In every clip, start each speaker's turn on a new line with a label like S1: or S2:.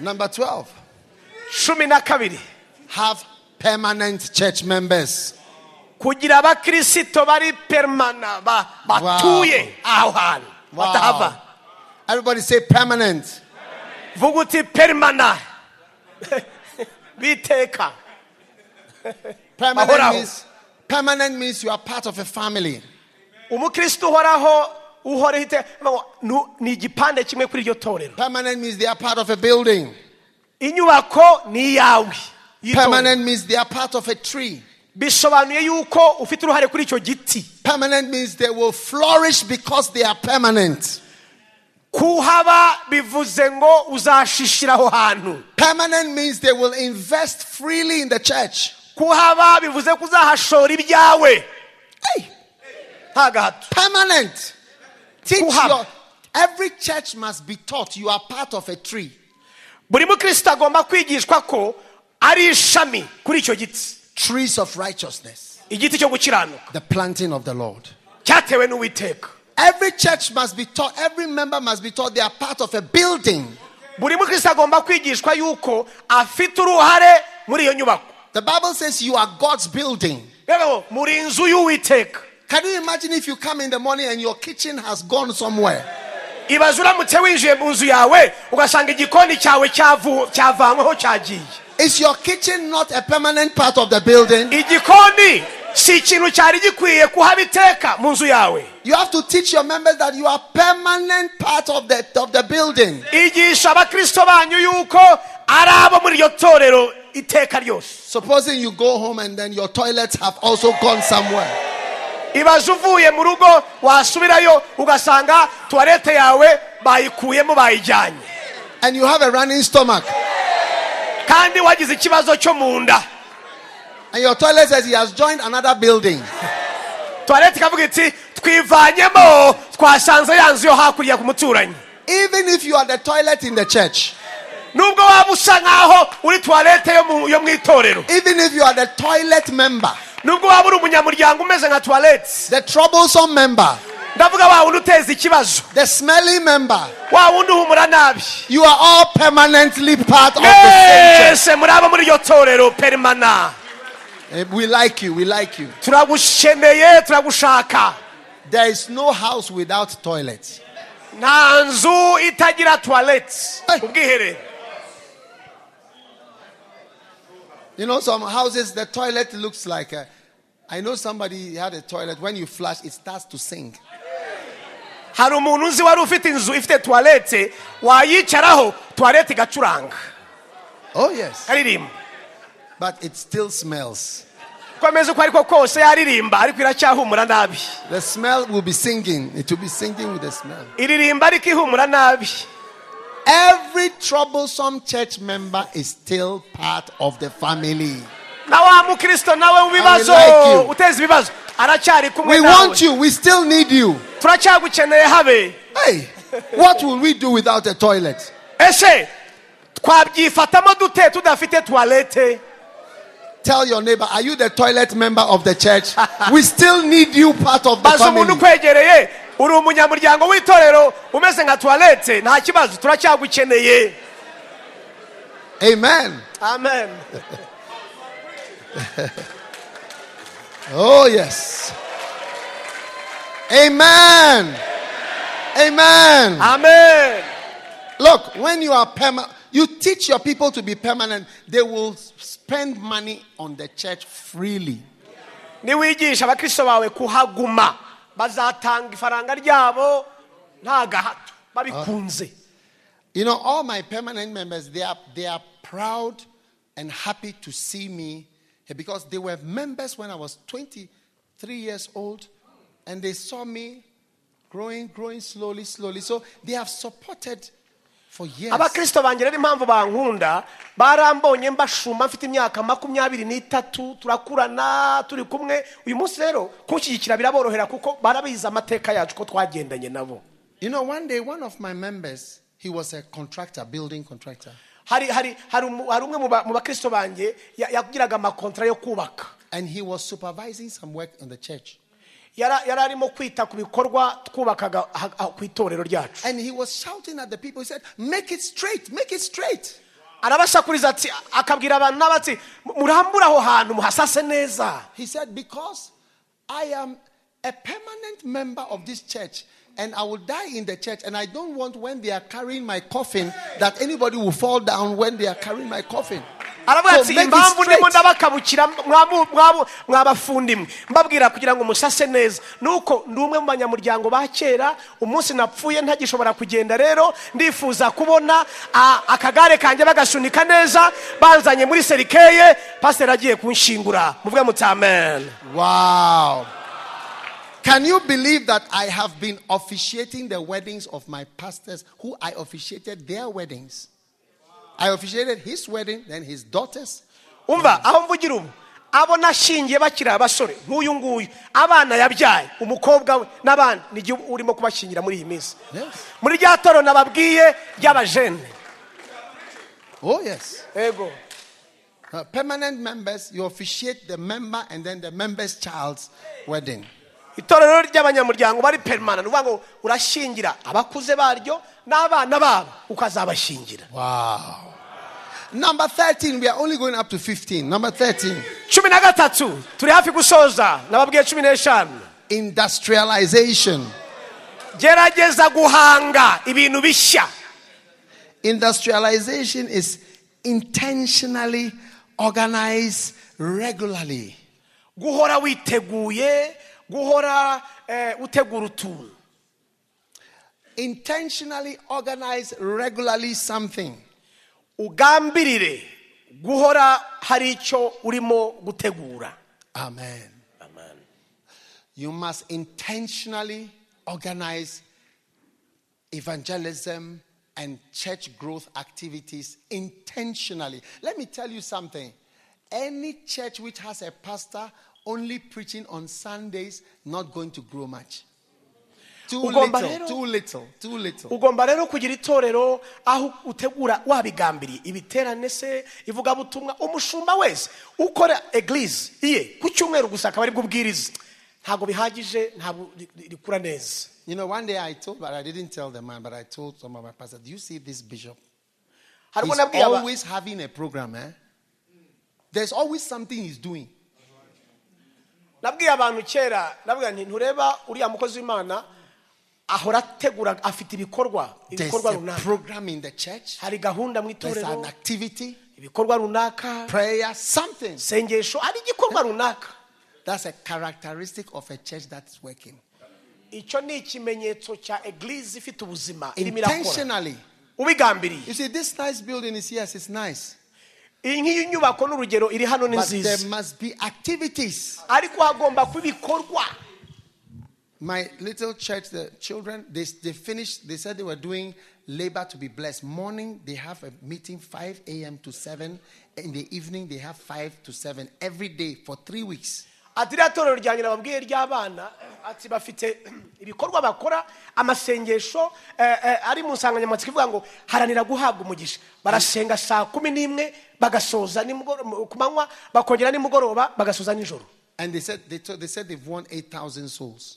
S1: Number 12,
S2: cumi na kabiri
S1: have permanent church members.
S2: kugira abakirisito bari permana ba- batuye aho hantu batahava
S1: Everybody say permanent.
S2: vuga uti permana biteka
S1: Permanent
S2: Mahoraho.
S1: means, permanent means you are part of a family.
S2: umukristo uhoraho uhoraho iteka Nu- ni igipande kimwe kuri iryo torero
S1: Permanent means they are part of a building.
S2: inyubako ni iyawe y'itorero.
S1: Permanent means they are part of a tree.
S2: bisobanuye yuko ufite uruhare kuri icyo giti
S1: Permanent means they will flourish because they are permanent.
S2: kuhaba bivuze ngo uzashishira aho hantu
S1: Permanent means they will invest freely in the church.
S2: kuhaba bivuze ko uzahashora ibyawe
S1: Hey,
S2: nta gahato
S1: permanent. Teach
S2: Kuhaba.
S1: your, every church must be taught you are part of a tree.
S2: buri mukristo agomba kwigishwa ko ari ishami kuri icyo giti
S1: Trees of righteousness,
S2: igiti cyo gukiranuka
S1: the planting of the Lord.
S2: cyatewe n'uwiteka
S1: Every church must be taught, every member must be taught they are part of a building.
S2: buri mukristo agomba kwigishwa yuko afite uruhare muri iyo nyubako
S1: The Bible says you are God's building.
S2: rero ngo, muri inzu y'uwiteka
S1: Can you imagine if you come in the morning and your kitchen has gone somewhere?
S2: ibaze uramutse winjiye mu nzu yawe ugasanga igikoni cyawe cyavu- cyavanyweho cyagiye
S1: Is your kitchen not a permanent part of the building?
S2: igikoni si ikintu cyari gikwiye kuhabiteka mu nzu yawe
S1: You have to teach your members that you are permanent part of the, of the building.
S2: igisha abakristo banyu yuko ari abo muri iryo torero iteka ryose
S1: Supposing you go home and then your toilets have also gone somewhere.
S2: ibaze uvuye mu rugo wasubirayo ugasanga tuwarete yawe bayikuyemo bayijyanye
S1: And you have a running stomach.
S2: kandi wagize ikibazo cyo mu nda
S1: And your toilet says he has joined another building.
S2: tuwarete ikavuga iti twivanyemo twasanze ya nzu yo hakurya ku muturanyi
S1: Even if you are the toilet in the church,
S2: nubwo waba usa nk'aho uri tuwarete yo mu- yo mu itorero
S1: even if you are the toilet member,
S2: nubwo waba uri umunyamuryango umeze nka tuwarete
S1: the troublesome member,
S2: ndavuga wa wundi uteza ikibazo
S1: the smelly member,
S2: wa wundi uhumura nabi
S1: you are all permanently part of the same church.
S2: mwese muraba muri iryo torero perimana
S1: Eh, We like you, we like you.
S2: turagushemeye turagushaka
S1: There is no house without toilet.
S2: nta nzu itagira tuwarete
S1: Hey.
S2: ubwiherero
S1: You know, some houses, the toilet looks like a. I know somebody had a toilet. When you flush, it starts to sink.
S2: hari umuntu uzi wari ufite inzu ifite tuwarete wayicaraho tuwarete igacuranga
S1: Oh, yes.
S2: ikaririmba
S1: But it still smells.
S2: uko ameze uko ariko kose yaririmba ariko iracyahumura nabi
S1: The smell will be singing. It will be singing with the smell.
S2: iririmba ariko ihumura nabi
S1: Every troublesome church member is still part of the family.
S2: na wa mukristo nawe w'ibibazo
S1: like you.
S2: uteza ibibazo aracyari
S1: We
S2: kumwe
S1: want
S2: nawe
S1: you. We still need you.
S2: turacyagukeneye habe
S1: Hey, what will we do without a toilet?
S2: ese twabyifatamo dute tudafite tuwarete
S1: Tell your neighbor, are you the toilet member of the church? We still need you part of the
S2: baza umuntu
S1: family.
S2: ukwegereye uri umunyamuryango w'itorero umeze nka tuwarete nta kibazo turacyagukeneye
S1: Amen.
S2: amen
S1: Oh, yes. Amen. Amen.
S2: amen
S1: Look, when you are permanent, you teach your people to be permanent, they will spend money on the church freely.
S2: niwigisha abakristo bawe kuhaguma bazatanga ifaranga ryabo nta gahato babikunze
S1: Ah, You know, all my permanent members, they are, they are proud and happy to see me eh, because they were members when I was 23 years old and they saw me growing, growing slowly, slowly. So they have supported for years.
S2: abakristo banjye rero impamvu bankunda barambonye mbashuma mfite imyaka makumyabiri n'itatu turakurana turi kumwe uyu munsi rero kunshyigikira biraborohera kuko barabizi amateka yacu ko twagendanye nabo
S1: You know, one day, one of my members, he was a contractor, building contractor,
S2: hari hari hari umu- hari umwe mu ba- mu bakristo banjye ya- yagiraga amakontra yo kubaka
S1: and he was supervising some work in the church.
S2: Yara- yari arimo kwita ku bikorwa twubakaga ha- ha- ku itorero ryacu
S1: And he was shouting at the people, he said, Make it straight, make it straight.
S2: arabashakuriza ati akabwira abantu n'abatsi murambure aho hantu muhasase neza
S1: He said, Because I am a permanent member of this church and I will die in the church, and I don't want when they are carrying my coffin that anybody will fall down when they are carrying my coffin.
S2: aravuga
S1: So
S2: ati
S1: Oh, make it
S2: impamvu
S1: straight."
S2: ndimo ndabakabukira mwabu- mwabu- mwabafunda imwe mbabwira kugira ngo musase neza nuko ndi umwe mu banyamuryango ba kera umunsi napfuye ntagishobora kugenda rero ndifuza kubona a- akagare kanjye bagasunika neza banzanye muri serikeye pasiteri agiye kunshingura muvuge muti amen
S1: Wow. Can you believe that I have been officiating the weddings of my pastors who I officiated their weddings? I officiated his wedding, then his daughter's.
S2: umva aho mvugira ubu abo nashingiye bakiri abasore nk'uyu nguyu abana yabyaye umukobwa we n'abandi n'igihe urimo kubashingira muri iyi minsi
S1: Yes.
S2: muri rya toro nababwiye ry'abajene
S1: Oh, yes.
S2: ego
S1: Uh, permanent members, you officiate the member and then the member's child's wedding.
S2: itorero ry'abanyamuryango bari permanent uvuga ngo urashingira abakuze baryo n'abana babo ukazabashingira
S1: Wow. Number 13, we are only going up to 15. Number 13,
S2: cumi na gatatu turi hafi gusoza nababwiye cumi n'eshanu
S1: industrialization.
S2: gerageza guhanga ibintu bishya
S1: Industrialization is intentionally organized regularly.
S2: guhora witeguye guhora eh, utegura utuntu
S1: Intentionally organize regularly something.
S2: ugambirire guhora hari icyo urimo gutegura
S1: Amen. You must intentionally organize evangelism and church growth activities intentionally. Let me tell you something. Any church which has a pastor only preaching on Sundays not going to grow much. Too
S2: Ugomba
S1: little,
S2: rero-
S1: too little, too little.
S2: ugomba rero kugira itorero aho utegura wabigambiriye ibiterane se ivugabutumwa umushumba wese ukora eglise iye ku cyumweru gusa akaba ari bwubwirize ntabwo bihagije ntabwo ri- ri- rikura neza
S1: You know, one day I told, but I didn't tell the man, but I told some of my pastors, do you see this bishop?
S2: hari ubwo
S1: He's
S2: nabwiye aba-
S1: always having a program, eh? There's always something he's doing.
S2: nabwiye abantu kera nabwiye nti ntureba uriya mukozi w'imana ahora ategura afite ibikorwa
S1: There's
S2: ibikorwa
S1: a
S2: runaka
S1: program in the church.
S2: hari gahunda mu
S1: There's an
S2: itorero
S1: activity,
S2: ibikorwa runaka
S1: prayer, something.
S2: sengesho ari igikorwa runaka
S1: That's a characteristic of a church that's working.
S2: icyo ni ikimenyetso cya eglise ifite ubuzima irimo irakora
S1: Intentionally.
S2: ubigambiriye
S1: You see, this nice building is yes, it's nice.
S2: iyi ngiyi nyubako n'urugero iri hano ni
S1: But there
S2: nziza
S1: must be activities.
S2: ariko hagomba kuba ibikorwa
S1: My little church, the children, they, they finished, they said they were doing labor to be blessed. Morning, they have a meeting 5 a.m. to 7. In the evening, they have 5 to 7 every day for three weeks.
S2: ati iriya torero rya nyina babwiye ry'abana ati bafite ibikorwa bakora amasengesho eh, eh, ari mu nsanganyamatsiko ivuga ngo haranira guhabwa umugisha barasenga saa kumi n'imwe bagasoza nimugoro- ku manywa bakongera nimugoroba bagasoza nijoro
S1: And they said, they, told, they said they've won 8,000 souls.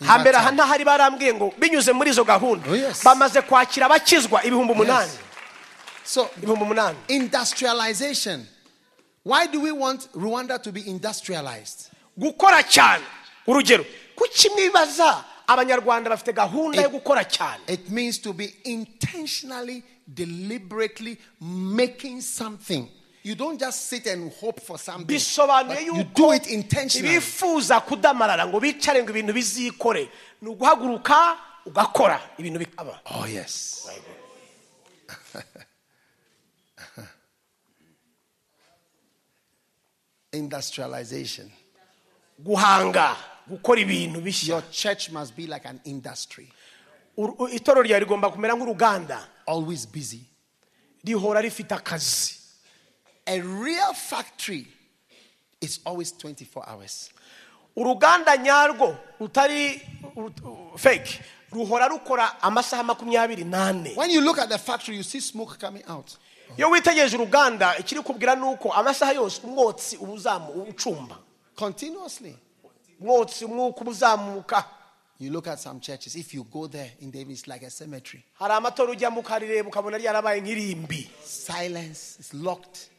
S1: in that
S2: hambere aha
S1: time.
S2: ntahari barambwiye ngo binyuze muri izo gahunda
S1: Oh, yes.
S2: bamaze kwakira abakizwa ibihumbi umunani
S1: Yes. So,
S2: ibihumbi umunani
S1: industrialization. Why do we want Rwanda to be industrialized?
S2: gukora cyane urugero kuki mwibaza abanyarwanda bafite gahunda yo gukora cyane
S1: It means to be intentionally, deliberately making something. You don't just sit and hope for something.
S2: bisobanuye
S1: but you do
S2: yuko
S1: it intentionally.
S2: ibifuza kudamarara ngo bicare ngo ibintu bizikore ni uguhaguruka ugakora ibintu bikaba
S1: Oh, yes. Industrialization.
S2: guhanga gukora ibintu bishya
S1: Your church must be like an industry,
S2: Uru- u- itorero ryawe rigomba kumera nk'uruganda
S1: always busy.
S2: rihora rifite akazi
S1: A real factory is always 24 hours.
S2: uruganda nyarwo rutari feki ruhora rukora amasaha makumyabiri n'ane
S1: When you look at the factory, you see smoke coming out.
S2: iyo witegereje uruganda ikiri kubwira ni uko amasaha yose umwotsi uba uzamu uba ucumba
S1: Continuously.
S2: umwotsi umwuka uba uzamuka
S1: You look at some churches, if you go there in David, it's like a cemetery.
S2: hari amatora ujyamo ukarireba ukabona ryarabaye nk'irimbi
S1: Silence is locked,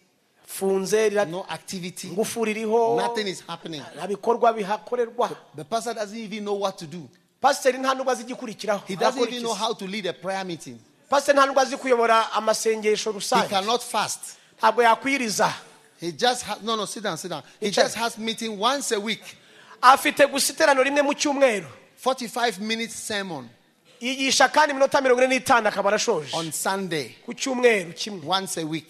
S2: funze rira-
S1: no activity,
S2: ingufuri iriho
S1: nothing is happening.
S2: nta bikorwa bihakorerwa
S1: The pastor doesn't even know what to do.
S2: pasiteri nta nubwo azi igikurikiraho
S1: He doesn't
S2: arakora
S1: even
S2: iki
S1: know
S2: se?
S1: how to lead a prayer meeting.
S2: pasiteri nta nubwo azi kuyobora amasengesho
S1: He
S2: rusange
S1: cannot fast.
S2: ntabwo yakwiriza
S1: He just has no no sit down, sit down. He
S2: Teacher.
S1: just has meeting once a week.
S2: afite gusa iterano rimwe mu cyumweru
S1: 45 minutes sermon
S2: yigisha kandi iminota mirongo ine n'itanu akaba arashoje
S1: on Sunday,
S2: ku cyumweru kimwe
S1: once a week.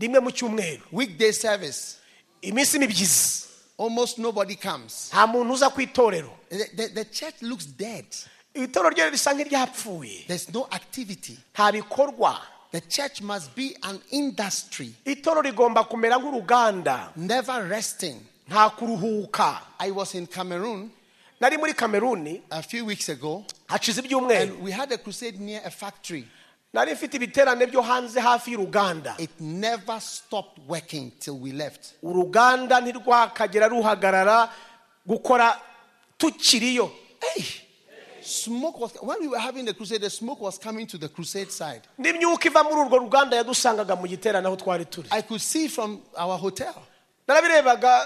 S2: rimwe mu cyumweru
S1: Weekday service.
S2: iminsi mibyizi
S1: Almost nobody comes.
S2: nta muntu uza ku itorero
S1: The, the- the church looks dead.
S2: itorero ryo risa nk'iryapfuye
S1: There's no activity.
S2: nta bikorwa
S1: The church must be an industry,
S2: itorero rigomba kumera nk'uruganda
S1: never resting.
S2: nta kuruhuka
S1: I was in Cameroon
S2: nari muri kameruni
S1: a few weeks ago,
S2: hacize ibyumweru
S1: and we had a crusade near a factory.
S2: nari mfite ibiterane byo hanze hafi y'uruganda
S1: It never stopped working till we left.
S2: uruganda ntirwakagera ruhagarara gukora tukiriyo
S1: Smoke was when we were having the crusade, the smoke was coming to the crusade side.
S2: n'imyuka iva muri urwo ruganda yadusangaga mu giterane aho twari turi
S1: I could see from our hotel.
S2: narabirebaga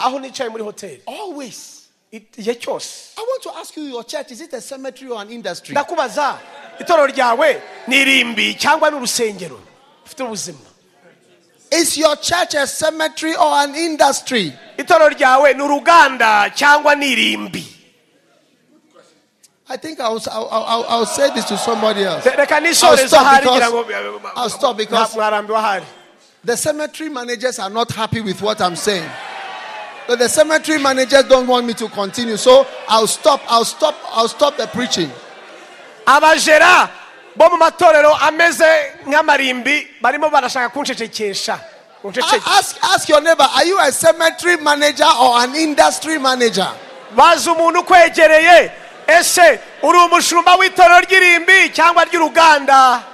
S2: aho nicaye muri hoteli
S1: Always.
S2: igihe cyose
S1: I want to ask you, your church, is it a cemetery or an industry?
S2: ndakubaza itorero ryawe ni irimbi cyangwa ni urusengero rufite ubuzima
S1: Is your church a cemetery or an industry?
S2: itorero ryawe ni uruganda cyangwa ni irimbi
S1: I think I'll, I'll, I'll, I'll say this to somebody else.
S2: reka nisoreze
S1: I'll stop
S2: ahari ngira
S1: because-
S2: ngo
S1: I'll stop because-
S2: mwarambiwe ahari
S1: The cemetery managers are not happy with what I'm saying. But the cemetery managers don't want me to continue. So I'll stop, I'll stop, I'll stop the preaching.
S2: abajera bo mu matorero ameze nk'amarimbi barimo barashaka kunshekekesha
S1: A-
S2: Unceceke.
S1: Ask, ask your neighbor, are you a cemetery manager or an industry manager?
S2: bazi umuntu ukwegereye ese uri umushumba w'itorero ry'irimbi cyangwa ry'uruganda